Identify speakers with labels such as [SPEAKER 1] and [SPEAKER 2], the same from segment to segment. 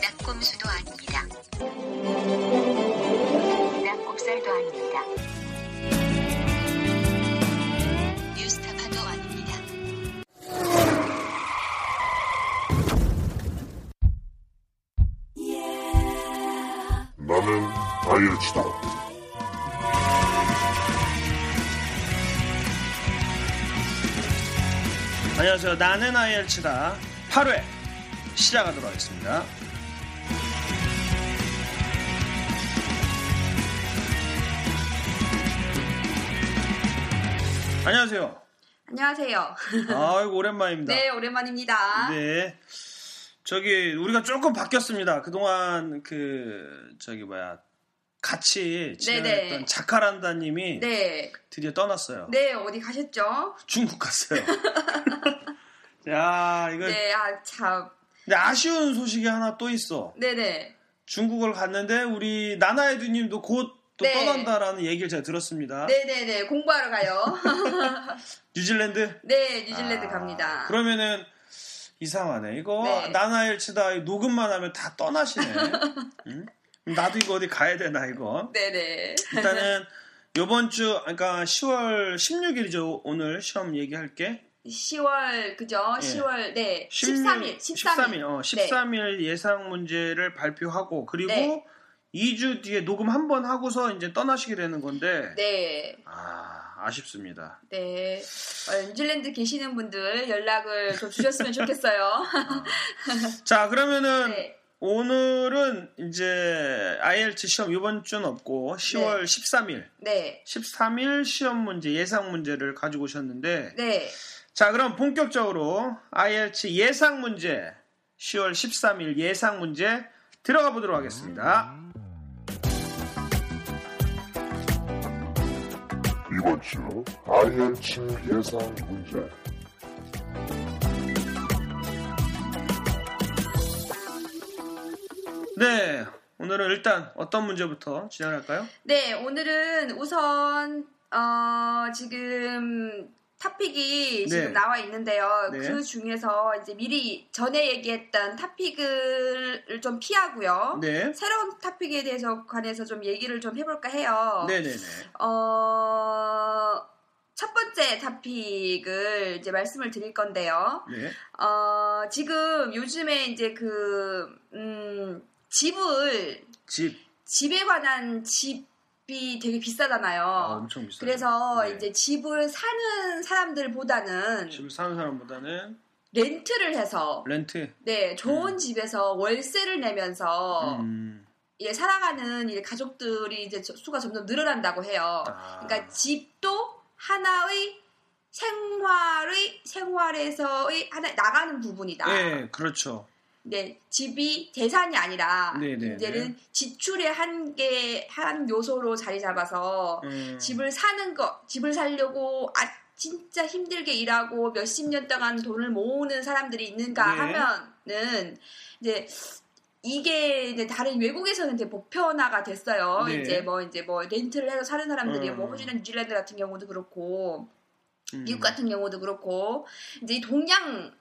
[SPEAKER 1] 낙곰수도 아닙니다. 낙곱살도 아닙니다. 뉴스타파도 아닙니다.
[SPEAKER 2] 나는 다이어트다.
[SPEAKER 3] 안녕하세요. 나는 아이엘치다 8회 시작하도록 하겠습니다. 안녕하세요.
[SPEAKER 4] 안녕하세요.
[SPEAKER 3] 아이고 오랜만입니다.
[SPEAKER 4] 네, 오랜만입니다.
[SPEAKER 3] 네. 저기 우리가 조금 바뀌었습니다. 그동안 그 저기 뭐야 같이
[SPEAKER 4] 네네.
[SPEAKER 3] 진행했던 자카란다님이
[SPEAKER 4] 네.
[SPEAKER 3] 드디어 떠났어요.
[SPEAKER 4] 네, 어디 가셨죠?
[SPEAKER 3] 중국 갔어요. 야 이거
[SPEAKER 4] 네, 아, 참.
[SPEAKER 3] 근데 아쉬운 소식이 하나 또 있어.
[SPEAKER 4] 네네.
[SPEAKER 3] 중국을 갔는데 우리 나나에드님도 곧 또
[SPEAKER 4] 네.
[SPEAKER 3] 떠난다라는 얘기를 제가
[SPEAKER 4] 아.
[SPEAKER 3] 들었습니다.
[SPEAKER 4] 네네네. 공부하러 가요.
[SPEAKER 3] 뉴질랜드?
[SPEAKER 4] 네, 뉴질랜드
[SPEAKER 3] 아,
[SPEAKER 4] 갑니다.
[SPEAKER 3] 그러면은 이상하네. 이거
[SPEAKER 4] 네.
[SPEAKER 3] 나나일치다 녹음만 하면 다 떠나시네. 응? 나도 이거 어디 가야 되나 이거.
[SPEAKER 4] 네네.
[SPEAKER 3] 일단은 요번 주 그러니까 10월 16일이죠. 오늘 시험 얘기할게.
[SPEAKER 4] 10월, 그죠? 10월, 네.
[SPEAKER 3] 13일.
[SPEAKER 4] 13일. 13일.
[SPEAKER 3] 어, 13일 예상 문제를 발표하고 그리고
[SPEAKER 4] 네.
[SPEAKER 3] 2주 뒤에 녹음 한 번 하고서 이제 떠나시게 되는 건데
[SPEAKER 4] 네.
[SPEAKER 3] 아, 아쉽습니다.
[SPEAKER 4] 네. 어, 뉴질랜드 계시는 분들 연락을 좀 주셨으면 좋겠어요.
[SPEAKER 3] 자, 그러면은
[SPEAKER 4] 네.
[SPEAKER 3] 오늘은 이제 IELTS 시험 이번 주는 없고 10월 13일,
[SPEAKER 4] 네.
[SPEAKER 3] 13일 시험 문제 예상 문제를 가지고 오셨는데
[SPEAKER 4] 네.
[SPEAKER 3] 자, 그럼 본격적으로 IELTS 예상 문제 10월 13일 예상 문제 들어가 보도록 하겠습니다.
[SPEAKER 2] 이번 주 다이어트 예상 문제.
[SPEAKER 3] 네. 오늘은 일단 어떤 문제부터 진행할까요?
[SPEAKER 4] 네, 오늘은 우선 어, 지금 탑픽이
[SPEAKER 3] 네.
[SPEAKER 4] 지금 나와 있는데요.
[SPEAKER 3] 네.
[SPEAKER 4] 그 중에서 이제 미리 전에 얘기했던 탑픽을 좀 피하고요.
[SPEAKER 3] 네.
[SPEAKER 4] 새로운 탑픽에 대해서 관해서 좀 얘기를 좀 해볼까 해요.
[SPEAKER 3] 네네네.
[SPEAKER 4] 어, 첫 번째 탑픽을 이제 말씀을 드릴 건데요.
[SPEAKER 3] 네.
[SPEAKER 4] 어, 지금 요즘에 이제 그 음, 집을
[SPEAKER 3] 집.
[SPEAKER 4] 집에 관한 집이 되게 비싸잖아요.
[SPEAKER 3] 아, 엄청 비싸요.
[SPEAKER 4] 어, 그래서
[SPEAKER 3] 네.
[SPEAKER 4] 이제 집을 사는 사람들보다는
[SPEAKER 3] 집을 사는 사람보다는
[SPEAKER 4] 렌트를 해서
[SPEAKER 3] 렌트.
[SPEAKER 4] 네 좋은
[SPEAKER 3] 음.
[SPEAKER 4] 집에서 월세를 내면서
[SPEAKER 3] 음.
[SPEAKER 4] 예, 살아가는 이 가족들이 이제 저- 수가 점점 늘어난다고 해요.
[SPEAKER 3] 아.
[SPEAKER 4] 그러니까 집도 하나의 생활의 생활에서의 하나 나가는 부분이다.
[SPEAKER 3] 네, 그렇죠.
[SPEAKER 4] 네, 집이 재산이 아니라
[SPEAKER 3] 네네네.
[SPEAKER 4] 이제는 지출의 한계 한 요소로 자리 잡아서
[SPEAKER 3] 음.
[SPEAKER 4] 어, 집을 사는 거, 집을 살려고 아 진짜 힘들게 일하고 몇십 년 동안 돈을 모으는 사람들이 있는가
[SPEAKER 3] 네.
[SPEAKER 4] 하면은 이제 이게 이제 다른 외국에서는 이제 보편화가 됐어요.
[SPEAKER 3] 네.
[SPEAKER 4] 이제 뭐 이제 뭐 렌트를 해서 사는 사람들이
[SPEAKER 3] 음.
[SPEAKER 4] 뭐 호주나 뉴질랜드 같은 경우도 그렇고
[SPEAKER 3] 음.
[SPEAKER 4] 미국 같은 경우도 그렇고 이제 이 동양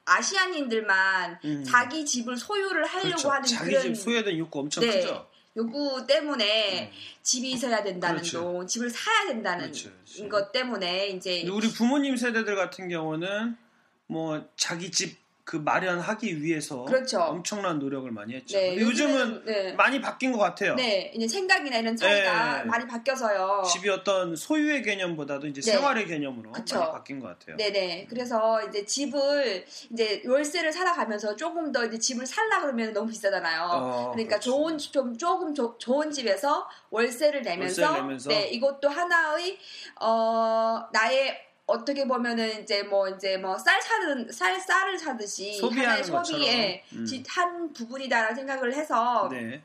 [SPEAKER 4] 아시안인들만
[SPEAKER 3] 음.
[SPEAKER 4] 자기 집을 소유를 하려고
[SPEAKER 3] 그렇죠.
[SPEAKER 4] 하는
[SPEAKER 3] 자기
[SPEAKER 4] 그런
[SPEAKER 3] 집 소유된 욕구 엄청
[SPEAKER 4] 네.
[SPEAKER 3] 크죠.
[SPEAKER 4] 요구 때문에
[SPEAKER 3] 음.
[SPEAKER 4] 집이 있어야 된다는
[SPEAKER 3] 그렇죠.
[SPEAKER 4] 동, 집을 사야 된다는
[SPEAKER 3] 그렇죠, 그렇죠.
[SPEAKER 4] 것 때문에 이제
[SPEAKER 3] 근데 우리 부모님 세대들 같은 경우는 뭐 자기 집 그 마련하기 위해서
[SPEAKER 4] 그렇죠.
[SPEAKER 3] 엄청난 노력을 많이 했죠.
[SPEAKER 4] 네,
[SPEAKER 3] 근데 요즘은
[SPEAKER 4] 요즘에는- 네.
[SPEAKER 3] 많이 바뀐 것 같아요.
[SPEAKER 4] 네 이제 생각이나 이런 차이가
[SPEAKER 3] 네.
[SPEAKER 4] 많이 바뀌어서요.
[SPEAKER 3] 집이 어떤 소유의 개념보다도 이제
[SPEAKER 4] 네.
[SPEAKER 3] 생활의 개념으로
[SPEAKER 4] 그쵸.
[SPEAKER 3] 많이 바뀐 것 같아요.
[SPEAKER 4] 네네. 그래서 이제 집을 이제 월세를 살아가면서 조금 더 이제 집을 살라 그러면 너무 비싸잖아요.
[SPEAKER 3] 어,
[SPEAKER 4] 그러니까
[SPEAKER 3] 그렇죠.
[SPEAKER 4] 좋은 집- 좀 조금 조- 좋은 집에서 네, 월세를 내면서,
[SPEAKER 3] 월세를 내면서.
[SPEAKER 4] 네 이것도 하나의 어 나의 어떻게 보면은 이제 뭐 이제 뭐 쌀 사는 쌀 쌀을 사듯이
[SPEAKER 3] 소비하는
[SPEAKER 4] 하나의 소비의 예,
[SPEAKER 3] 것처럼. 음.
[SPEAKER 4] 지- 한 부분이다라는 생각을 해서
[SPEAKER 3] 네.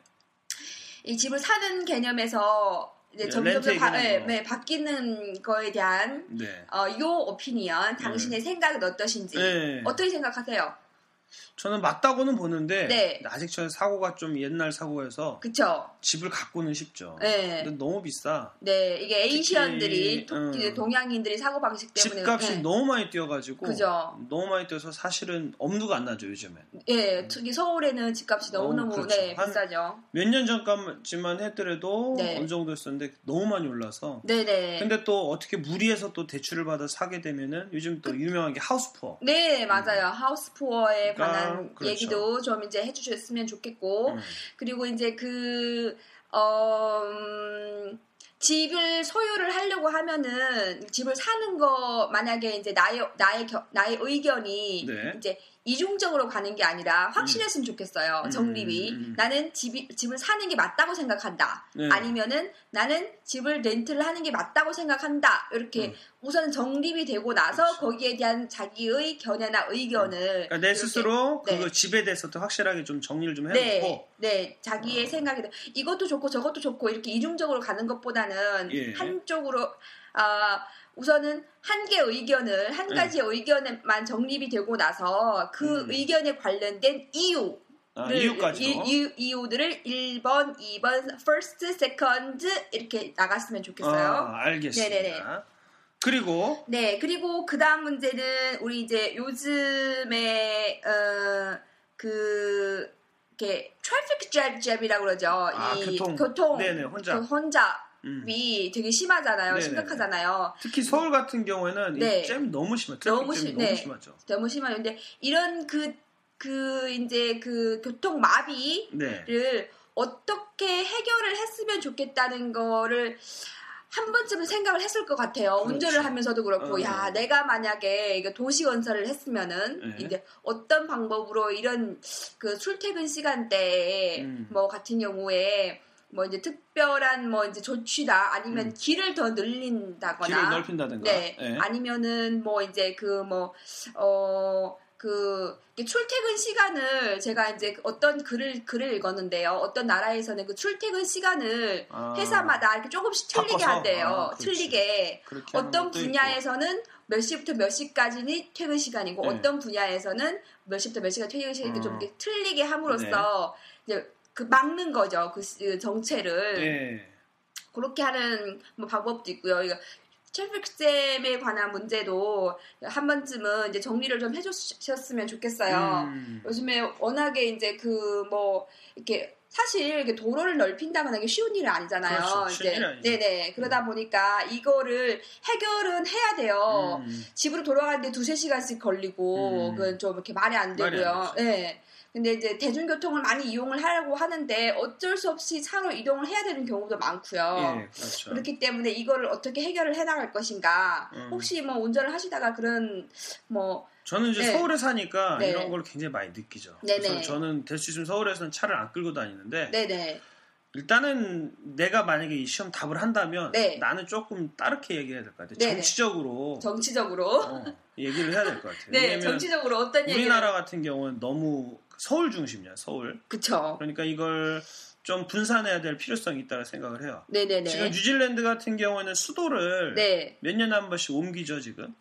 [SPEAKER 4] 이 집을 사는 개념에서 이제
[SPEAKER 3] 네,
[SPEAKER 4] 점점
[SPEAKER 3] 렌트
[SPEAKER 4] 더 바,
[SPEAKER 3] 얘기하는
[SPEAKER 4] 예,
[SPEAKER 3] 거.
[SPEAKER 4] 네, 바뀌는 거에 대한
[SPEAKER 3] 네.
[SPEAKER 4] 어, 요
[SPEAKER 3] 음.
[SPEAKER 4] 오피니언 당신의 생각은 어떠신지
[SPEAKER 3] 네.
[SPEAKER 4] 어떻게 생각하세요?
[SPEAKER 3] 저는 맞다고는 보는데
[SPEAKER 4] 네.
[SPEAKER 3] 아직 저는 사고가 좀 옛날 사고여서
[SPEAKER 4] 그쵸?
[SPEAKER 3] 집을 갖고는 싶죠.
[SPEAKER 4] 네.
[SPEAKER 3] 근데 너무 비싸.
[SPEAKER 4] 네, 이게
[SPEAKER 3] 특히,
[SPEAKER 4] 에이시안들이 통-
[SPEAKER 3] 음.
[SPEAKER 4] 이제 동양인들의 사고 방식 때문에
[SPEAKER 3] 집값이
[SPEAKER 4] 네.
[SPEAKER 3] 너무 많이 뛰어가지고
[SPEAKER 4] 그죠.
[SPEAKER 3] 너무 많이 뛰어서 사실은 엄두가 안 나죠 요즘에.
[SPEAKER 4] 예, 특히 서울에는 집값이 너무 너무
[SPEAKER 3] 음. 어, 그렇죠.
[SPEAKER 4] 네,
[SPEAKER 3] 한-
[SPEAKER 4] 비싸죠.
[SPEAKER 3] 몇 년 전까지만 했더라도
[SPEAKER 4] 네.
[SPEAKER 3] 어느 정도였었는데 너무 많이 올라서.
[SPEAKER 4] 네, 네.
[SPEAKER 3] 근데 또 어떻게 무리해서 또 대출을 받아 사게 되면은 요즘
[SPEAKER 4] 그
[SPEAKER 3] 또 유명한 게 하우스푸어.
[SPEAKER 4] 네, 맞아요. 하우스 푸어에
[SPEAKER 3] 음. 그러니까,
[SPEAKER 4] 관한
[SPEAKER 3] 그렇죠.
[SPEAKER 4] 얘기도 좀 이제 해주셨으면 좋겠고,
[SPEAKER 3] 음.
[SPEAKER 4] 그리고 이제 그, 어, 음, 집을 소유를 하려고 하면은 집을 사는 거 만약에 이제 나의 나의 겨- 나의 의견이
[SPEAKER 3] 네.
[SPEAKER 4] 이제 이중적으로 가는 게 아니라 확실했으면 좋겠어요
[SPEAKER 3] 음,
[SPEAKER 4] 정립이
[SPEAKER 3] 음, 음.
[SPEAKER 4] 나는 집이 집을 사는 게 맞다고 생각한다
[SPEAKER 3] 네.
[SPEAKER 4] 아니면은 나는 집을 렌트를 하는 게 맞다고 생각한다 이렇게
[SPEAKER 3] 음.
[SPEAKER 4] 우선 정립이 되고 나서
[SPEAKER 3] 그렇죠.
[SPEAKER 4] 거기에 대한 자기의 견해나 의견을
[SPEAKER 3] 그러니까 내
[SPEAKER 4] 이렇게
[SPEAKER 3] 스스로
[SPEAKER 4] 네.
[SPEAKER 3] 그 집에 대해서도 확실하게 좀 정리를 좀
[SPEAKER 4] 네,
[SPEAKER 3] 해놓고
[SPEAKER 4] 네, 자기의
[SPEAKER 3] 아.
[SPEAKER 4] 생각에 대해 이것도 좋고 저것도 좋고 이렇게 이중적으로 가는 것보다는
[SPEAKER 3] 예.
[SPEAKER 4] 한쪽으로 아 우선은 한 개의 의견을 한
[SPEAKER 3] 네.
[SPEAKER 4] 가지의 의견에만 정립이 되고 나서 그
[SPEAKER 3] 음.
[SPEAKER 4] 의견에 관련된 이유
[SPEAKER 3] 아, 이유까지도
[SPEAKER 4] 이, 유들을 1번, 2번, first, second 이렇게 나갔으면 좋겠어요.
[SPEAKER 3] 아, 알겠습니다.
[SPEAKER 4] 네네네.
[SPEAKER 3] 그리고
[SPEAKER 4] 네, 그리고 그 다음 문제는 우리 이제 요즘에 어, 그 이렇게 트래픽 잽 잽이라고 그러죠.
[SPEAKER 3] 아,
[SPEAKER 4] 이
[SPEAKER 3] 교통. 네네, 혼잡.
[SPEAKER 4] 그 혼잡이
[SPEAKER 3] 음.
[SPEAKER 4] 되게 심하잖아요.
[SPEAKER 3] 네네네.
[SPEAKER 4] 심각하잖아요.
[SPEAKER 3] 특히 서울 같은 경우에는
[SPEAKER 4] 네.
[SPEAKER 3] 이잼 너무 심해.
[SPEAKER 4] 너무
[SPEAKER 3] 트래픽 잼이
[SPEAKER 4] 심-
[SPEAKER 3] 너무
[SPEAKER 4] 네.
[SPEAKER 3] 심하죠.
[SPEAKER 4] 너무 심한데 이런 그 그 이제 그 교통 마비를
[SPEAKER 3] 네.
[SPEAKER 4] 어떻게 해결을 했으면 좋겠다는 거를 한 번쯤은 생각을 했을 것 같아요.
[SPEAKER 3] 그렇죠.
[SPEAKER 4] 운전을 하면서도 그렇고,
[SPEAKER 3] 어.
[SPEAKER 4] 야, 내가 만약에 이거 도시 건설을 했으면은
[SPEAKER 3] 네.
[SPEAKER 4] 이제 어떤 방법으로 이런 그 출퇴근 시간대에
[SPEAKER 3] 음.
[SPEAKER 4] 뭐 같은 경우에 뭐 이제 특별한 뭐 이제 조치다 아니면
[SPEAKER 3] 음.
[SPEAKER 4] 길을 더 늘린다거나
[SPEAKER 3] 길을 넓힌다든가.
[SPEAKER 4] 네.
[SPEAKER 3] 예.
[SPEAKER 4] 아니면은 뭐 이제 그뭐어그 출퇴근 시간을 제가 이제 어떤 글을 글을 읽었는데요. 어떤 나라에서는 그 출퇴근 시간을
[SPEAKER 3] 아,
[SPEAKER 4] 회사마다 이렇게 조금씩 틀리게
[SPEAKER 3] 바꿔서?
[SPEAKER 4] 한대요.
[SPEAKER 3] 아, 그렇지.
[SPEAKER 4] 틀리게
[SPEAKER 3] 그렇게 하는
[SPEAKER 4] 어떤
[SPEAKER 3] 것도 있고.
[SPEAKER 4] 분야에서는 몇 시부터 몇 시까지는 퇴근 시간이고
[SPEAKER 3] 네.
[SPEAKER 4] 어떤 분야에서는 몇 시부터 몇 시까지 퇴근 시간이 좀
[SPEAKER 3] 음. 네.
[SPEAKER 4] 이렇게 틀리게 함으로써 이제 그 막는 거죠. 그 시- 그 정체를
[SPEAKER 3] 예.
[SPEAKER 4] 그렇게 하는 뭐 방법도 있고요. 이거 트래픽잼에 관한 문제도 한 번쯤은 이제 정리를 좀 해주셨으면 좋겠어요.
[SPEAKER 3] 음.
[SPEAKER 4] 요즘에 워낙에 이제 그 뭐 이렇게 사실 이게 도로를 넓힌다거나 이게 쉬운 일은 아니잖아요.
[SPEAKER 3] 그렇죠. 쉬운
[SPEAKER 4] 이제
[SPEAKER 3] 일은 아니죠. 음.
[SPEAKER 4] 네네 그러다 보니까 이거를 해결은 해야 돼요.
[SPEAKER 3] 음.
[SPEAKER 4] 집으로 돌아가는데 두세 시간씩 걸리고
[SPEAKER 3] 음.
[SPEAKER 4] 그건 좀 이렇게 말이 안
[SPEAKER 3] 말이 안
[SPEAKER 4] 되고요.
[SPEAKER 3] 되죠.
[SPEAKER 4] 예. 근데 이제 대중교통을 많이 이용을 하려고 하는데 어쩔 수 없이 차로 이동을 해야 되는 경우도 많고요.
[SPEAKER 3] 예, 그렇죠.
[SPEAKER 4] 어, 그렇기 때문에 이거를 어떻게 해결을 해 나갈 것인가?
[SPEAKER 3] 음.
[SPEAKER 4] 혹시 뭐 운전을 하시다가 그런 뭐
[SPEAKER 3] 저는 이제
[SPEAKER 4] 네.
[SPEAKER 3] 서울에 사니까
[SPEAKER 4] 네.
[SPEAKER 3] 이런 걸 굉장히 많이 느끼죠.
[SPEAKER 4] 네네.
[SPEAKER 3] 그래서 저는 될 수 있으면 서울에서는 차를 안 끌고 다니는데
[SPEAKER 4] 네네
[SPEAKER 3] 일단은 내가 만약에 이 시험 답을 한다면
[SPEAKER 4] 네.
[SPEAKER 3] 나는 조금 따르게 얘기해야 될 것 같아요.
[SPEAKER 4] 네네.
[SPEAKER 3] 정치적으로
[SPEAKER 4] 정치적으로
[SPEAKER 3] 어, 얘기를 해야 될 것 같아요.
[SPEAKER 4] 네
[SPEAKER 3] 왜냐면
[SPEAKER 4] 정치적으로 어떤 얘기를
[SPEAKER 3] 우리나라 같은 경우는 너무 서울 중심이야 서울.
[SPEAKER 4] 그쵸
[SPEAKER 3] 그러니까 이걸 좀 분산해야 될 필요성이 있다고 생각을 해요.
[SPEAKER 4] 네네네
[SPEAKER 3] 지금 뉴질랜드 같은 경우에는 수도를
[SPEAKER 4] 네.
[SPEAKER 3] 몇 년에 한 번씩 옮기죠 지금.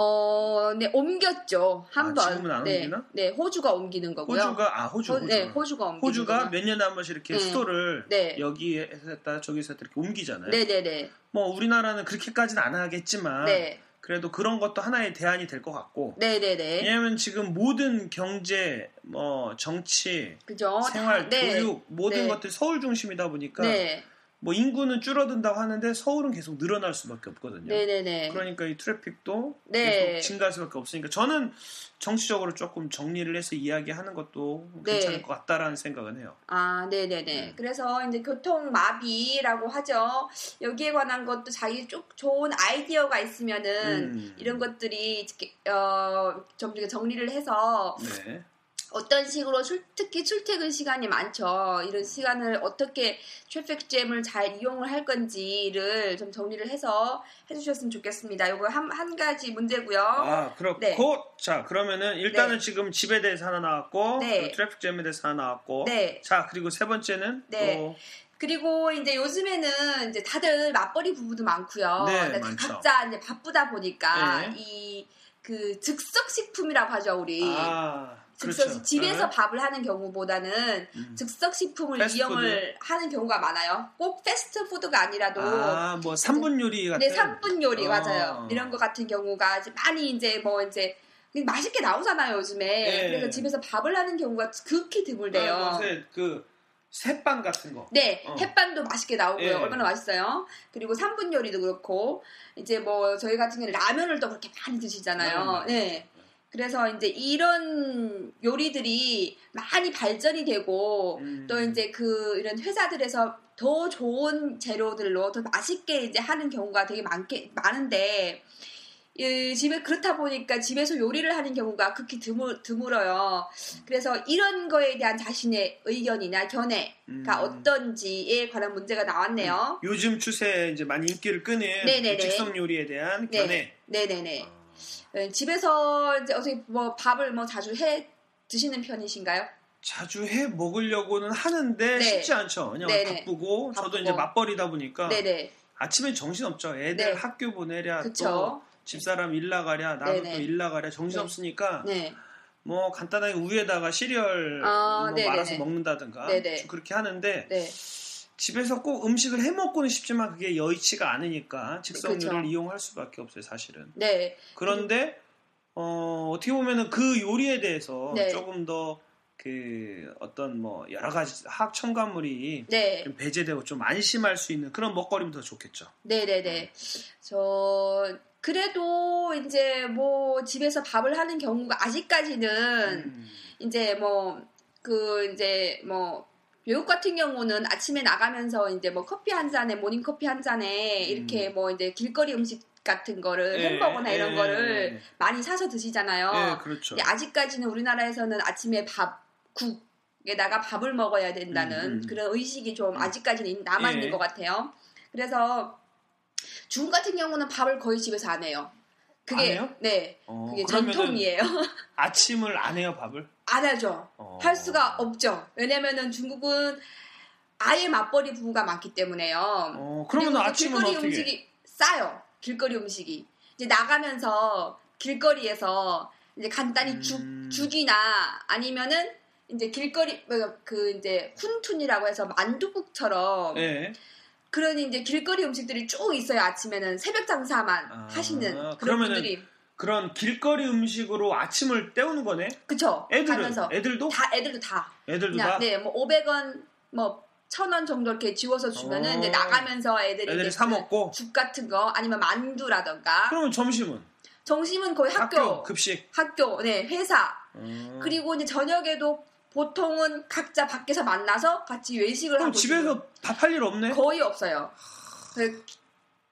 [SPEAKER 4] 어, 네, 옮겼죠. 한
[SPEAKER 3] 아,
[SPEAKER 4] 번.
[SPEAKER 3] 지금은 안
[SPEAKER 4] 네,
[SPEAKER 3] 옮기나?
[SPEAKER 4] 네, 호주가 옮기는 거고요.
[SPEAKER 3] 호주가 아 호주
[SPEAKER 4] 호-
[SPEAKER 3] 호주.
[SPEAKER 4] 네, 호주가 옮기는
[SPEAKER 3] 호주가
[SPEAKER 4] 거고요.
[SPEAKER 3] 몇 년에 한 번씩 이렇게
[SPEAKER 4] 네.
[SPEAKER 3] 수도를
[SPEAKER 4] 네.
[SPEAKER 3] 여기에서 했다 저기서 했다 이렇게 옮기잖아요.
[SPEAKER 4] 네네네.
[SPEAKER 3] 뭐 우리나라는 그렇게까지는 안 하겠지만
[SPEAKER 4] 네.
[SPEAKER 3] 그래도 그런 것도 하나의 대안이 될 것 같고
[SPEAKER 4] 네네네.
[SPEAKER 3] 왜냐하면 지금 모든 경제, 뭐 정치,
[SPEAKER 4] 그죠?
[SPEAKER 3] 생활,
[SPEAKER 4] 다- 네.
[SPEAKER 3] 교육 모든
[SPEAKER 4] 네.
[SPEAKER 3] 것들이 서울 중심이다 보니까
[SPEAKER 4] 네.
[SPEAKER 3] 뭐 인구는 줄어든다고 하는데 서울은 계속 늘어날 수밖에 없거든요.
[SPEAKER 4] 네네네.
[SPEAKER 3] 그러니까 이 트래픽도
[SPEAKER 4] 네.
[SPEAKER 3] 계속 증가할 수밖에 없으니까 저는 정치적으로 조금 정리를 해서 이야기하는 것도
[SPEAKER 4] 네.
[SPEAKER 3] 괜찮을 것 같다라는 생각은 해요.
[SPEAKER 4] 아, 네네네.
[SPEAKER 3] 네.
[SPEAKER 4] 그래서 이제 교통마비라고 하죠. 여기에 관한 것도 자기 쭉 좋은 아이디어가 있으면은
[SPEAKER 3] 음.
[SPEAKER 4] 이런 것들이 이렇게, 어, 좀 이렇게 정리를 해서
[SPEAKER 3] 네.
[SPEAKER 4] 어떤 식으로 출, 특히 출퇴근 시간이 많죠. 이런 시간을 어떻게 트래픽잼을 잘 이용을 할 건지를 좀 정리를 해서 해주셨으면 좋겠습니다. 이거 한, 한 가지 문제고요.
[SPEAKER 3] 아, 그렇고
[SPEAKER 4] 네.
[SPEAKER 3] 자 그러면은 일단은
[SPEAKER 4] 네.
[SPEAKER 3] 지금 집에 대해서 하나 나왔고
[SPEAKER 4] 네.
[SPEAKER 3] 그리고 트래픽잼에 대해서 하나 나왔고
[SPEAKER 4] 네.
[SPEAKER 3] 자 그리고 세 번째는
[SPEAKER 4] 네.
[SPEAKER 3] 또
[SPEAKER 4] 그리고 이제 요즘에는 이제 다들 맞벌이 부부도 많고요.
[SPEAKER 3] 네,
[SPEAKER 4] 근데 다
[SPEAKER 3] 많죠.
[SPEAKER 4] 각자 이제 바쁘다 보니까
[SPEAKER 3] 네.
[SPEAKER 4] 이 그 즉석 식품이라고 하죠 우리.
[SPEAKER 3] 아,
[SPEAKER 4] 즉석
[SPEAKER 3] 그렇죠. 네.
[SPEAKER 4] 집에서 밥을 하는 경우보다는
[SPEAKER 3] 음.
[SPEAKER 4] 즉석 식품을
[SPEAKER 3] 패스트푸드.
[SPEAKER 4] 이용을 하는 경우가 많아요. 꼭 패스트푸드가 아니라도
[SPEAKER 3] 아, 뭐 3분 요리 같은
[SPEAKER 4] 네, 3분 요리
[SPEAKER 3] 어.
[SPEAKER 4] 맞아요. 이런 것 같은 경우가 이제 많이 이제 뭐 이제 맛있게 나오잖아요 요즘에.
[SPEAKER 3] 네.
[SPEAKER 4] 그래서 집에서 밥을 하는 경우가 극히 드물대요.
[SPEAKER 3] 아, 요새 그 새빵 같은 거.
[SPEAKER 4] 네,
[SPEAKER 3] 어.
[SPEAKER 4] 햇반도 맛있게 나오고요.
[SPEAKER 3] 예.
[SPEAKER 4] 얼마나 맛있어요. 그리고 3분 요리도 그렇고, 이제 뭐 저희 같은 경우는 라면을 또 그렇게 많이 드시잖아요.
[SPEAKER 3] 네.
[SPEAKER 4] 네. 그래서 이제 이런 요리들이 많이 발전이 되고,
[SPEAKER 3] 음.
[SPEAKER 4] 또 이제 그 이런 회사들에서 더 좋은 재료들로 더 맛있게 이제 하는 경우가 되게 많게, 많은데, 이 집에 그렇다 보니까 집에서 요리를 하는 경우가 극히 드물, 드물어요. 그래서 이런 거에 대한 자신의 의견이나 견해,
[SPEAKER 3] 음.
[SPEAKER 4] 가 그러니까 어떤지에 관한 문제가 나왔네요.
[SPEAKER 3] 요즘 추세에 이제 많이 인기를 끄는
[SPEAKER 4] 네네네.
[SPEAKER 3] 그 즉석 요리에 대한
[SPEAKER 4] 네.
[SPEAKER 3] 견해.
[SPEAKER 4] 네네네.
[SPEAKER 3] 아.
[SPEAKER 4] 네, 집에서 이제 어떻게 뭐 밥을 뭐 자주 해 드시는 편이신가요?
[SPEAKER 3] 자주 해 먹으려고는 하는데
[SPEAKER 4] 네.
[SPEAKER 3] 쉽지 않죠. 왜냐면
[SPEAKER 4] 네네.
[SPEAKER 3] 바쁘고 저도
[SPEAKER 4] 바쁘고.
[SPEAKER 3] 이제 맞벌이다 보니까
[SPEAKER 4] 네네.
[SPEAKER 3] 아침엔 정신 없죠. 애들
[SPEAKER 4] 네.
[SPEAKER 3] 학교 보내랴 아, 또
[SPEAKER 4] 그쵸.
[SPEAKER 3] 집사람 일 나가랴 나도
[SPEAKER 4] 네네.
[SPEAKER 3] 또 일 나가랴 정신
[SPEAKER 4] 네.
[SPEAKER 3] 없으니까
[SPEAKER 4] 네.
[SPEAKER 3] 뭐 간단하게 우유에다가 시리얼
[SPEAKER 4] 아,
[SPEAKER 3] 뭐
[SPEAKER 4] 네네네.
[SPEAKER 3] 말아서 먹는다든가
[SPEAKER 4] 네네.
[SPEAKER 3] 좀 그렇게 하는데
[SPEAKER 4] 네.
[SPEAKER 3] 집에서 꼭 음식을 해 먹고는 싶지만 그게 여의치가 않으니까 즉석
[SPEAKER 4] 그쵸.
[SPEAKER 3] 요리를 이용할 수밖에 없어요 사실은.
[SPEAKER 4] 네.
[SPEAKER 3] 그런데 어, 어떻게 보면은 그 요리에 대해서
[SPEAKER 4] 네.
[SPEAKER 3] 조금 더 그 어떤 뭐 여러 가지 화학 첨가물이
[SPEAKER 4] 네.
[SPEAKER 3] 좀 배제되고 좀 안심할 수 있는 그런 먹거리면 더 좋겠죠. 음.
[SPEAKER 4] 네네네. 저 그래도 이제 뭐 집에서 밥을 하는 경우가 아직까지는
[SPEAKER 3] 음.
[SPEAKER 4] 이제 뭐 그 이제 뭐 외국 같은 경우는 아침에 나가면서 이제 뭐 커피 한 잔에 모닝 커피 한 잔에 이렇게
[SPEAKER 3] 음.
[SPEAKER 4] 뭐 이제 길거리 음식 같은
[SPEAKER 3] 예,
[SPEAKER 4] 거를 네, 햄버거나 이런
[SPEAKER 3] 예,
[SPEAKER 4] 거를
[SPEAKER 3] 예.
[SPEAKER 4] 많이 사서 드시잖아요.
[SPEAKER 3] 예, 그렇죠.
[SPEAKER 4] 근데 아직까지는 우리나라에는 아침에 밥 국에다가 밥을 먹어야 된다는
[SPEAKER 3] 음, 음.
[SPEAKER 4] 그런 의식이 좀
[SPEAKER 3] 음.
[SPEAKER 4] 아직까지는 남아 있는
[SPEAKER 3] 예.
[SPEAKER 4] 것 같아요. 그래서 중국 같은 경우는 밥을 거의 집에서 안 해요. 그게
[SPEAKER 3] 안 해요?
[SPEAKER 4] 네,
[SPEAKER 3] 어,
[SPEAKER 4] 그게
[SPEAKER 3] 그러면은
[SPEAKER 4] 전통이에요.
[SPEAKER 3] 아침을 안 해요 밥을?
[SPEAKER 4] 안 하죠.
[SPEAKER 3] 어.
[SPEAKER 4] 할 수가 없죠. 왜냐면은 중국은 아예 맞벌이 부부가 많기 때문에요.
[SPEAKER 3] 어,
[SPEAKER 4] 그리고
[SPEAKER 3] 그러면
[SPEAKER 4] 이제
[SPEAKER 3] 아침은
[SPEAKER 4] 아, 길거리
[SPEAKER 3] 어떻게?
[SPEAKER 4] 음식이 싸요. 길거리 음식이 이제 나가면서 길거리에서 이제 간단히 죽
[SPEAKER 3] 음.
[SPEAKER 4] 죽이나 아니면은 이제 길거리 뭐, 그 이제 훈툰이라고 해서 만두국처럼
[SPEAKER 3] 예.
[SPEAKER 4] 그런 이제 길거리 음식들이 쭉 있어요. 아침에는 새벽 장사만
[SPEAKER 3] 아,
[SPEAKER 4] 하시는 그런
[SPEAKER 3] 그러면은
[SPEAKER 4] 분들이
[SPEAKER 3] 그런 길거리 음식으로 아침을 때우는 거네.
[SPEAKER 4] 그쵸?
[SPEAKER 3] 애들은
[SPEAKER 4] 가면서
[SPEAKER 3] 애들도
[SPEAKER 4] 다 애들도 다
[SPEAKER 3] 애들도
[SPEAKER 4] 그냥
[SPEAKER 3] 다
[SPEAKER 4] 네, 뭐 500원 뭐 1,000원 정도 이렇게 지워서 주면은
[SPEAKER 3] 어.
[SPEAKER 4] 이제 나가면서 애들이
[SPEAKER 3] 애들이
[SPEAKER 4] 이제 그
[SPEAKER 3] 사 먹고.
[SPEAKER 4] 죽 같은 거 아니면 만두라던가
[SPEAKER 3] 그러면 점심은
[SPEAKER 4] 정심은 거의 학교 학교,
[SPEAKER 3] 급식.
[SPEAKER 4] 네, 회사.
[SPEAKER 3] 그 어.
[SPEAKER 4] 그리고 이제 저녁에도 보통은 각자 밖에서 만나서 같이 외식을
[SPEAKER 3] 그럼
[SPEAKER 4] 하고
[SPEAKER 3] 집에서 밥할 일 없네.
[SPEAKER 4] 있어요. 거의 없어요. 그,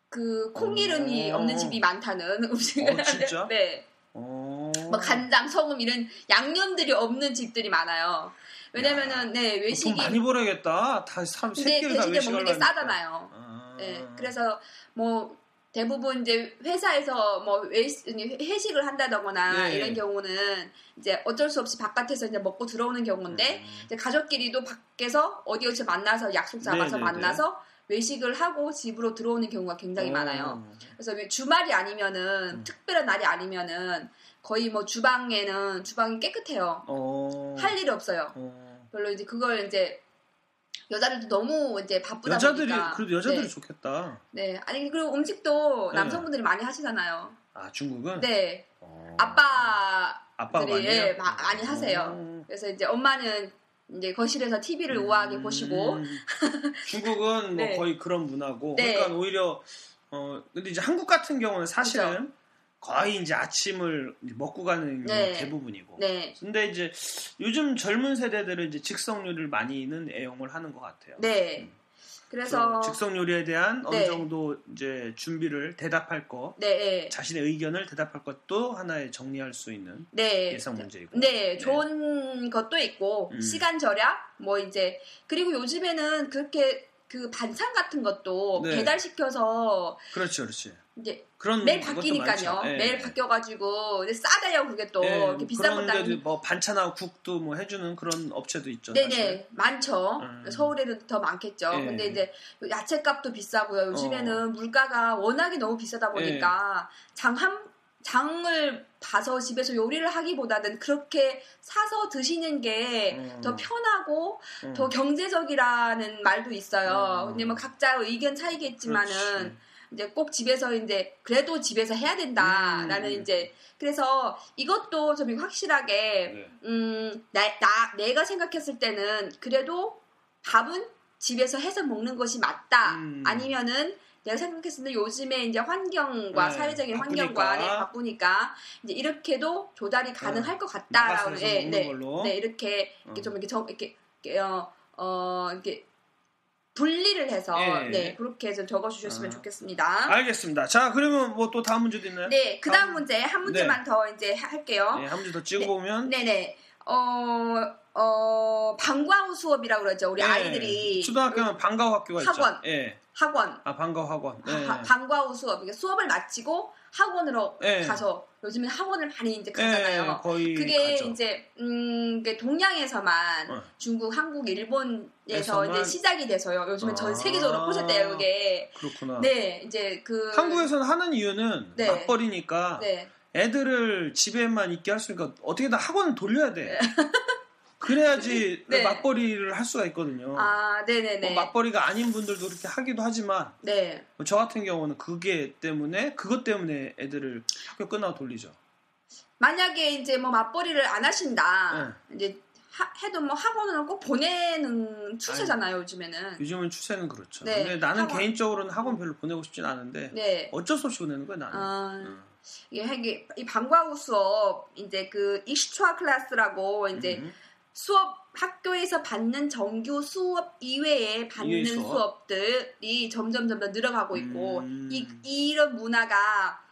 [SPEAKER 4] 그 콩기름이
[SPEAKER 3] 어.
[SPEAKER 4] 없는 집이 많다는 음식을
[SPEAKER 3] 어, 진짜?
[SPEAKER 4] 하는데, 네.
[SPEAKER 3] 어.
[SPEAKER 4] 뭐 간장, 소금 이런 양념들이 없는 집들이 많아요. 왜냐면은 네,
[SPEAKER 3] 돈
[SPEAKER 4] 외식이
[SPEAKER 3] 많이 벌어야겠다. 다 사람
[SPEAKER 4] 근데
[SPEAKER 3] 새끼를 다
[SPEAKER 4] 돼지게
[SPEAKER 3] 외식하려니까.
[SPEAKER 4] 먹는 게 싸잖아요.
[SPEAKER 3] 아.
[SPEAKER 4] 예, 그래서 뭐 대부분 이제 회사에서 뭐 외식, 회식을 한다거나
[SPEAKER 3] 네.
[SPEAKER 4] 이런 경우는 이제 어쩔 수 없이 바깥에서 이제 먹고 들어오는 경우인데
[SPEAKER 3] 음.
[SPEAKER 4] 이제 가족끼리도 밖에서 어디 어디 만나서 약속 잡아서
[SPEAKER 3] 네, 네, 네.
[SPEAKER 4] 만나서 외식을 하고 집으로 들어오는 경우가 굉장히
[SPEAKER 3] 어.
[SPEAKER 4] 많아요. 그래서 왜 주말이 아니면은
[SPEAKER 3] 음.
[SPEAKER 4] 특별한 날이 아니면은 거의 뭐 주방에는 주방이 깨끗해요.
[SPEAKER 3] 어.
[SPEAKER 4] 할 일이 없어요.
[SPEAKER 3] 어.
[SPEAKER 4] 별로 이제 그걸 이제 여자들도 너무 이제 바쁘다
[SPEAKER 3] 여자들이
[SPEAKER 4] 보니까
[SPEAKER 3] 그래도 여자들이
[SPEAKER 4] 네.
[SPEAKER 3] 좋겠다.
[SPEAKER 4] 네. 아니 그리고 음식도
[SPEAKER 3] 네.
[SPEAKER 4] 남성분들이 많이 하시잖아요.
[SPEAKER 3] 아 중국은
[SPEAKER 4] 네
[SPEAKER 3] 어.
[SPEAKER 4] 아빠
[SPEAKER 3] 아빠가
[SPEAKER 4] 들이,
[SPEAKER 3] 많이 해요?
[SPEAKER 4] 예, 마- 많이 하세요.
[SPEAKER 3] 어.
[SPEAKER 4] 그래서 이제 엄마는 이제 거실에서 TV를 우아하게
[SPEAKER 3] 음.
[SPEAKER 4] 보시고
[SPEAKER 3] 중국은 뭐
[SPEAKER 4] 네.
[SPEAKER 3] 거의 그런 문화고
[SPEAKER 4] 네.
[SPEAKER 3] 그러니까 오히려 어 근데 이제 한국 같은 경우는 사실은 거의 이제 아침을 이제 먹고 가는 경우가
[SPEAKER 4] 네.
[SPEAKER 3] 대부분이고
[SPEAKER 4] 네
[SPEAKER 3] 근데 이제 요즘 젊은 세대들은 이제 즉석 요리를 많이는 애용을 하는 것 같아요.
[SPEAKER 4] 네. 그래서
[SPEAKER 3] 즉석 요리에 대한 어느
[SPEAKER 4] 네.
[SPEAKER 3] 정도 이제 준비를 대답할 것,
[SPEAKER 4] 네, 네,
[SPEAKER 3] 자신의 의견을 대답할 것도 하나의 정리할 수 있는
[SPEAKER 4] 네.
[SPEAKER 3] 예상 문제이고.
[SPEAKER 4] 네, 좋은 것도 있고
[SPEAKER 3] 음.
[SPEAKER 4] 시간 절약 뭐 이제 그리고 요즘에는 그렇게 그 반찬 같은 것도
[SPEAKER 3] 네.
[SPEAKER 4] 배달 시켜서
[SPEAKER 3] 그렇죠, 그렇지.
[SPEAKER 4] 이제
[SPEAKER 3] 음, 그런
[SPEAKER 4] 매일
[SPEAKER 3] 것도
[SPEAKER 4] 바뀌니까요.
[SPEAKER 3] 많죠. 예.
[SPEAKER 4] 매일 바뀌어가지고 근데 싸다요 그게 또
[SPEAKER 3] 예,
[SPEAKER 4] 이렇게 비싼 것도
[SPEAKER 3] 그런데도
[SPEAKER 4] 아니고.
[SPEAKER 3] 뭐 반찬하고 국도 뭐 해주는 그런 업체도 있죠. 사실.
[SPEAKER 4] 네네 많죠.
[SPEAKER 3] 음.
[SPEAKER 4] 서울에는 더 많겠죠.
[SPEAKER 3] 예. 어.
[SPEAKER 4] 근데 이제 야채값도 비싸고요. 요즘에는 물가가 워낙에 너무 비싸다 보니까
[SPEAKER 3] 예.
[SPEAKER 4] 장한 장을 봐서 집에서 요리를 하기보다는 그렇게 사서 드시는 게 네, 더
[SPEAKER 3] 음,
[SPEAKER 4] 편하고
[SPEAKER 3] 음,
[SPEAKER 4] 더 경제적이라는 말도 있어요.
[SPEAKER 3] 음.
[SPEAKER 4] 근데 뭐 각자 의견 차이겠지만은
[SPEAKER 3] 그렇지.
[SPEAKER 4] 이제 꼭 집에서 이제 그래도 집에서 해야 된다라는
[SPEAKER 3] 음.
[SPEAKER 4] 이제 그래서 이것도 좀 확실하게
[SPEAKER 3] 네.
[SPEAKER 4] 음, 나, 나- 내가 생각했을 때는 그래도 밥은 집에서 해서 먹는 것이 맞다.
[SPEAKER 3] 음.
[SPEAKER 4] 아니면은 내가 생각했을 때 요즘에 이제 환경과
[SPEAKER 3] 네,
[SPEAKER 4] 사회적인
[SPEAKER 3] 바쁘니까.
[SPEAKER 4] 환경과 네, 바쁘니까 이제 이렇게도 조달이 가능할 것
[SPEAKER 3] 나가서
[SPEAKER 4] 같다라는
[SPEAKER 3] 해서
[SPEAKER 4] 예,
[SPEAKER 3] 먹는
[SPEAKER 4] 네,
[SPEAKER 3] 걸로.
[SPEAKER 4] 네, 이렇게 이렇게
[SPEAKER 3] 어.
[SPEAKER 4] 좀 이렇게 정 이렇게, 이렇게 어, 어 이렇게 분리를 해서
[SPEAKER 3] 예.
[SPEAKER 4] 네 그렇게 좀 적어 주셨으면
[SPEAKER 3] 아.
[SPEAKER 4] 좋겠습니다.
[SPEAKER 3] 알겠습니다. 자, 그러면 뭐 또 다음 문제도 있나요?
[SPEAKER 4] 네, 그다음
[SPEAKER 3] 다음-
[SPEAKER 4] 문제 한 문제만 더 이제 하- 할게요.
[SPEAKER 3] 예, 한 문제 더 찍어보면
[SPEAKER 4] 네, 네. 어, 어 방과후 수업이라고 그러죠. 우리
[SPEAKER 3] 예,
[SPEAKER 4] 아이들이
[SPEAKER 3] 초등학교는 방과후 학교가
[SPEAKER 4] 학원.
[SPEAKER 3] 있죠. 예.
[SPEAKER 4] 학원
[SPEAKER 3] 아, 방과후 학원. 예.
[SPEAKER 4] 하- 방과후 수업 이게 수업을 마치고 학원으로
[SPEAKER 3] 예.
[SPEAKER 4] 가서 요즘에 학원을 많이 이제
[SPEAKER 3] 예,
[SPEAKER 4] 가잖아요.
[SPEAKER 3] 거의
[SPEAKER 4] 그게
[SPEAKER 3] 가죠.
[SPEAKER 4] 이제 음, 그게 동양에서만
[SPEAKER 3] 어.
[SPEAKER 4] 중국, 한국, 일본에서
[SPEAKER 3] 에서만?
[SPEAKER 4] 이제 시작이 돼서요. 요즘은
[SPEAKER 3] 아.
[SPEAKER 4] 전 세계적으로 퍼졌대요, 이게.
[SPEAKER 3] 그렇구나.
[SPEAKER 4] 네, 이제 그
[SPEAKER 3] 한국에서는 하는 이유는
[SPEAKER 4] 네.
[SPEAKER 3] 맞벌이니까
[SPEAKER 4] 네.
[SPEAKER 3] 애들을 집에만 있게 할 수니까 어떻게든 학원을 돌려야 돼. 그래야지
[SPEAKER 4] 네.
[SPEAKER 3] 맞벌이를 할 수가 있거든요.
[SPEAKER 4] 아, 네, 네,
[SPEAKER 3] 뭐
[SPEAKER 4] 네.
[SPEAKER 3] 맞벌이가 아닌 분들도 그렇게 하기도 하지만
[SPEAKER 4] 네.
[SPEAKER 3] 뭐저 같은 경우는 그게 때문에 그것 때문에 애들을 학교 끝나고 돌리죠.
[SPEAKER 4] 만약에 이제 뭐 맞벌이를 안 하신다.
[SPEAKER 3] 네.
[SPEAKER 4] 이제 하- 해도 뭐 학원으로 꼭 보내는 추세잖아요, 요즘에는.
[SPEAKER 3] 요즘은 추세는 그렇죠.
[SPEAKER 4] 네,
[SPEAKER 3] 근데 나는
[SPEAKER 4] 학원.
[SPEAKER 3] 개인적으로는 학원 별로 보내고 싶진 않은데
[SPEAKER 4] 네.
[SPEAKER 3] 예. 어쩔 수 없이 보내는 거야 나는.
[SPEAKER 4] 아,
[SPEAKER 3] 음.
[SPEAKER 4] 이게 이게 이 방과후 수업 이제 그 익스트라 클래스라고 이제
[SPEAKER 3] 음.
[SPEAKER 4] 수업 학교에서 받는 정규 수업 이외에 받는
[SPEAKER 3] 이외의 수업?
[SPEAKER 4] 수업? 들이 점점 점점 늘어가고 있고
[SPEAKER 3] 음.
[SPEAKER 4] 이 이런 문화가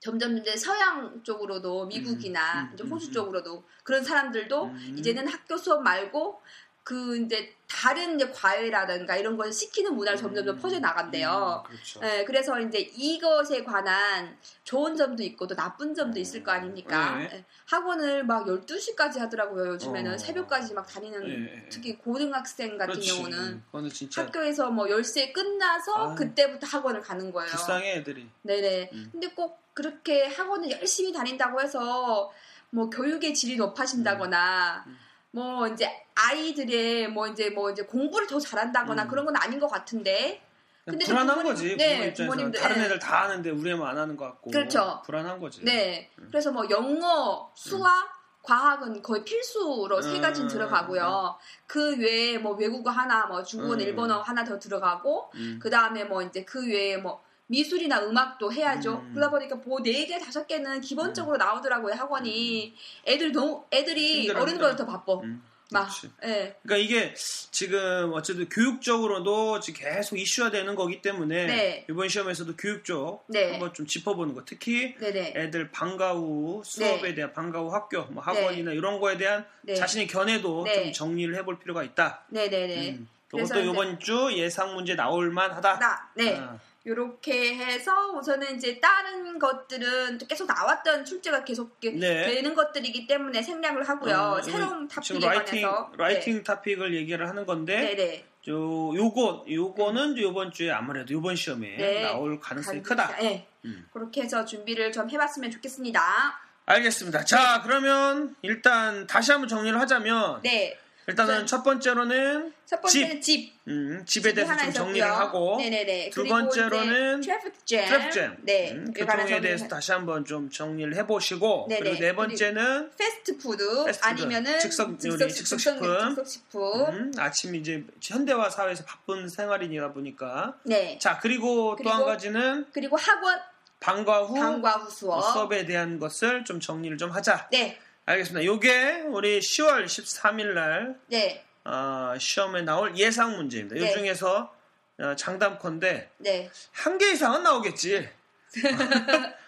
[SPEAKER 4] 점점 이제 서양 쪽으로도 미국이나
[SPEAKER 3] 음,
[SPEAKER 4] 이제
[SPEAKER 3] 음,
[SPEAKER 4] 호주
[SPEAKER 3] 음.
[SPEAKER 4] 쪽으로도 그런 사람들도
[SPEAKER 3] 음.
[SPEAKER 4] 어? 이제는 학교 수업 말고 그 이제 다른 이제 과외라든가 이런 걸 시키는 문화를 점점 더 퍼져 나간대요.
[SPEAKER 3] 음, 그렇죠.
[SPEAKER 4] 예, 그래서 이제 이것에 관한 좋은 점도 있고 또 나쁜 점도 있을 거 아닙니까?
[SPEAKER 3] 네.
[SPEAKER 4] 예, 학원을 막 12시까지 하더라고요. 요즘에는
[SPEAKER 3] 어.
[SPEAKER 4] 새벽까지 막 다니는
[SPEAKER 3] 예, 예.
[SPEAKER 4] 특히 고등학생 같은
[SPEAKER 3] 그렇지.
[SPEAKER 4] 경우는
[SPEAKER 3] 그거는 진짜
[SPEAKER 4] 학교에서 뭐 10시에 끝나서
[SPEAKER 3] 아유.
[SPEAKER 4] 그때부터 학원을 가는 거예요.
[SPEAKER 3] 불쌍해 애들이.
[SPEAKER 4] 네네.
[SPEAKER 3] 음.
[SPEAKER 4] 근데 꼭 그렇게 학원을 열심히 다닌다고 해서 뭐 교육의 질이 높아진다거나
[SPEAKER 3] 음. 음.
[SPEAKER 4] 뭐 이제 아이들의 뭐 이제 뭐 이제 공부를 더 잘한다거나
[SPEAKER 3] 음.
[SPEAKER 4] 그런 건 아닌 것 같은데
[SPEAKER 3] 그냥
[SPEAKER 4] 근데
[SPEAKER 3] 불안한
[SPEAKER 4] 부모님-
[SPEAKER 3] 거지.
[SPEAKER 4] 네,
[SPEAKER 3] 부모 입장에서 는
[SPEAKER 4] 부모님들,
[SPEAKER 3] 다른
[SPEAKER 4] 네.
[SPEAKER 3] 애들 다 하는데 우리 애만 안 하는 것 같고.
[SPEAKER 4] 그렇죠.
[SPEAKER 3] 불안한 거지.
[SPEAKER 4] 네.
[SPEAKER 3] 음.
[SPEAKER 4] 그래서 뭐 영어, 수학, 과학은 거의 필수로 세
[SPEAKER 3] 음,
[SPEAKER 4] 가지는
[SPEAKER 3] 음,
[SPEAKER 4] 들어가고요. 그 외에 뭐 외국어 하나, 뭐 중국어,
[SPEAKER 3] 음.
[SPEAKER 4] 일본어 하나 더 들어가고,
[SPEAKER 3] 음.
[SPEAKER 4] 그 다음에 뭐 이제 그 외에 뭐 미술이나 음악도 해야죠.
[SPEAKER 3] 음.
[SPEAKER 4] 그러다 보니까 뭐 네 개, 다섯 개는 기본적으로 나오더라고요, 학원이. 애들 너무, 애들이
[SPEAKER 3] 음. 힘들어,
[SPEAKER 4] 어른보다 더 바빠.
[SPEAKER 3] 음,
[SPEAKER 4] 막,
[SPEAKER 3] 그렇지.
[SPEAKER 4] 예.
[SPEAKER 3] 그러니까 이게 지금 어쨌든 교육적으로도 지금 계속 이슈화 되는 거기 때문에
[SPEAKER 4] 네.
[SPEAKER 3] 이번 시험에서도 교육 쪽
[SPEAKER 4] 네.
[SPEAKER 3] 한번 좀 짚어보는 거 특히
[SPEAKER 4] 네네.
[SPEAKER 3] 애들 방과후 수업에
[SPEAKER 4] 네.
[SPEAKER 3] 대한 방과후 학교 뭐 학원이나 이런 거에 대한
[SPEAKER 4] 네.
[SPEAKER 3] 자신의 견해도 좀
[SPEAKER 4] 네.
[SPEAKER 3] 정리를 해볼 필요가 있다.
[SPEAKER 4] 네네네.
[SPEAKER 3] 음,
[SPEAKER 4] 그래서
[SPEAKER 3] 이것도
[SPEAKER 4] 이제-
[SPEAKER 3] 이번 주 예상 문제 나올 만하다.
[SPEAKER 4] 나, 네.
[SPEAKER 3] 아,
[SPEAKER 4] 요렇게 해서 우선은 이제 다른 것들은 또 계속 나왔던 출제가 계속 이렇게
[SPEAKER 3] 네.
[SPEAKER 4] 되는 것들이기 때문에 생략을 하고요.
[SPEAKER 3] 어,
[SPEAKER 4] 새로운
[SPEAKER 3] 이건
[SPEAKER 4] 탑픽에
[SPEAKER 3] 지금 라이팅
[SPEAKER 4] 관해서
[SPEAKER 3] 라이팅 토픽을 얘기를 하는 건데
[SPEAKER 4] 네, 네,
[SPEAKER 3] 요 요거 요거는 이번 주에 아무래도 이번 시험에
[SPEAKER 4] 네.
[SPEAKER 3] 나올 가능성이 크다.
[SPEAKER 4] 네.
[SPEAKER 3] 음.
[SPEAKER 4] 그렇게 해서 준비를 좀 해봤으면 좋겠습니다.
[SPEAKER 3] 알겠습니다. 자 그러면 일단 다시 한번 정리를 하자면
[SPEAKER 4] 네,
[SPEAKER 3] 일단은
[SPEAKER 4] 우선-
[SPEAKER 3] 첫 번째로는
[SPEAKER 4] 첫 번째는 집,
[SPEAKER 3] 음, 어. 집에
[SPEAKER 4] 집이
[SPEAKER 3] 대해서
[SPEAKER 4] 하나
[SPEAKER 3] 좀 정리를
[SPEAKER 4] 있었고요.
[SPEAKER 3] 하고
[SPEAKER 4] 네, 네, 네.
[SPEAKER 3] 두 번째로는
[SPEAKER 4] 트래픽 잼,
[SPEAKER 3] 트랩잼
[SPEAKER 4] 네,
[SPEAKER 3] 음,
[SPEAKER 4] 요거를 정리를
[SPEAKER 3] 교통에 대해서 다시 한번 좀 정리를 해보시고
[SPEAKER 4] 네,
[SPEAKER 3] 그리고
[SPEAKER 4] 네.
[SPEAKER 3] 네 번째는
[SPEAKER 4] 패스트푸드,
[SPEAKER 3] 패스트푸드,
[SPEAKER 4] 아니면은
[SPEAKER 3] 즉석 요리, 즉석식품.
[SPEAKER 4] 즉석식품.
[SPEAKER 3] 음, 아침 이제 현대화 사회에서 바쁜 생활인이다 보니까
[SPEAKER 4] 네,
[SPEAKER 3] 자 그리고, 또 한
[SPEAKER 4] 그리고
[SPEAKER 3] 가지는
[SPEAKER 4] 그리고 학원
[SPEAKER 3] 방과 후
[SPEAKER 4] 방과후
[SPEAKER 3] 어,
[SPEAKER 4] 수업.
[SPEAKER 3] 수업에 대한 것을 좀 정리를 좀 하자.
[SPEAKER 4] 네,
[SPEAKER 3] 알겠습니다. 요게 우리 10월 13일 날
[SPEAKER 4] 네,
[SPEAKER 3] 어, 시험에 나올 예상 문제입니다. 이
[SPEAKER 4] 네.
[SPEAKER 3] 중에서 어, 장담컨대
[SPEAKER 4] 네.
[SPEAKER 3] 한 개 이상은 나오겠지.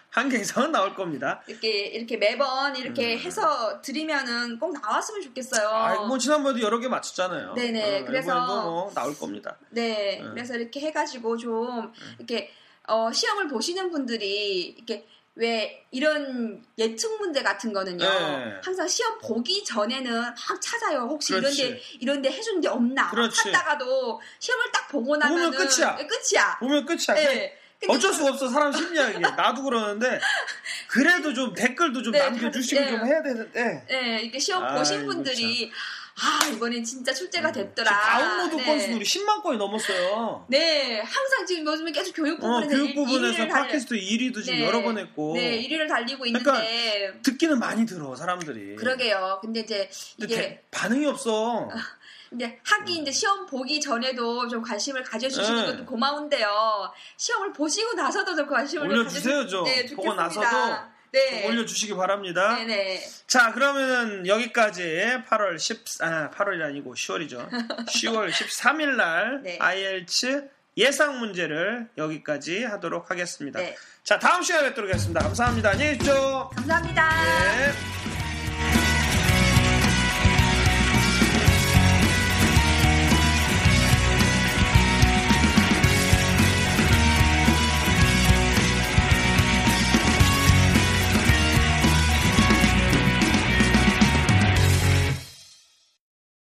[SPEAKER 3] 한 개 이상은 나올 겁니다.
[SPEAKER 4] 이렇게 이렇게 매번 이렇게 해서 드리면은 꼭 나왔으면 좋겠어요.
[SPEAKER 3] 네. 아, 뭐 지난번에도 여러 개 맞췄잖아요. 어,
[SPEAKER 4] 네네, 그래서-
[SPEAKER 3] 이번에도 뭐 나올 겁니다.
[SPEAKER 4] 네,
[SPEAKER 3] 음.
[SPEAKER 4] 그래서 이렇게 해가지고 좀
[SPEAKER 3] 네.
[SPEAKER 4] 이렇게 어, 시험을 보시는 분들이 이렇게 왜 이런 예측 문제 같은 거는요
[SPEAKER 3] 네.
[SPEAKER 4] 항상 시험 보기 전에는 막 찾아요 혹시
[SPEAKER 3] 그렇지.
[SPEAKER 4] 이런데 이런데 해준 데 없나
[SPEAKER 3] 그렇지.
[SPEAKER 4] 찾다가도 시험을 딱 보고 나면은
[SPEAKER 3] 보면 끝이야.
[SPEAKER 4] 예, 끝이야.
[SPEAKER 3] 보면 끝이야.
[SPEAKER 4] 네. 근데
[SPEAKER 3] 어쩔 수가 없어 사람 심리야 이게. 나도 그러는데 그래도 좀 댓글도 좀
[SPEAKER 4] 네,
[SPEAKER 3] 남겨주시고
[SPEAKER 4] 다들- 네.
[SPEAKER 3] 좀 해야 되는데
[SPEAKER 4] 네, 이게 시험
[SPEAKER 3] 아이고, 뭐 음.
[SPEAKER 4] 보신 분들이 아 이번엔 진짜 출제가 됐더라.
[SPEAKER 3] 다운로드
[SPEAKER 4] 네.
[SPEAKER 3] 건수 우리 10만 건이 넘었어요.
[SPEAKER 4] 네, 항상 지금 요즘에 계속 교육
[SPEAKER 3] 어,
[SPEAKER 4] 그 부분에서
[SPEAKER 3] 교육
[SPEAKER 4] 일- 일위를
[SPEAKER 3] 부분에서
[SPEAKER 4] 달려-
[SPEAKER 3] 팟캐스트 1위도 지금
[SPEAKER 4] 네.
[SPEAKER 3] 여러 번 했고
[SPEAKER 4] 네, 1위를 달리고 있는데
[SPEAKER 3] 그러니까 네. 듣기는 많이 들어 사람들이.
[SPEAKER 4] 그러게요. 예. 근데 이제
[SPEAKER 3] 근데
[SPEAKER 4] 이게
[SPEAKER 3] 대- 반응이 없어.
[SPEAKER 4] 이제 하기 이제 시험 보기 전에도 좀 관심을 가져주시는
[SPEAKER 3] 네.
[SPEAKER 4] 것도 고마운데요. 시험을 보시고 나서도 좀 관심을
[SPEAKER 3] 올려주세요,
[SPEAKER 4] 가져주-
[SPEAKER 3] 좀.
[SPEAKER 4] 네,
[SPEAKER 3] 보고
[SPEAKER 4] 좋겠습니다.
[SPEAKER 3] 나서도
[SPEAKER 4] 네.
[SPEAKER 3] 올려주시기 바랍니다.
[SPEAKER 4] 예, 네네.
[SPEAKER 3] 자, 그러면은 여기까지 8월 10, 아, 8월이 아니고 10월이죠. 10월 13일 날
[SPEAKER 4] 네.
[SPEAKER 3] IELTS 예상 문제를 여기까지 하도록 하겠습니다.
[SPEAKER 4] 네.
[SPEAKER 3] 자, 다음 시간에 뵙도록 하겠습니다. 감사합니다. 안녕히 계십시오.
[SPEAKER 4] 감사합니다.
[SPEAKER 3] 네.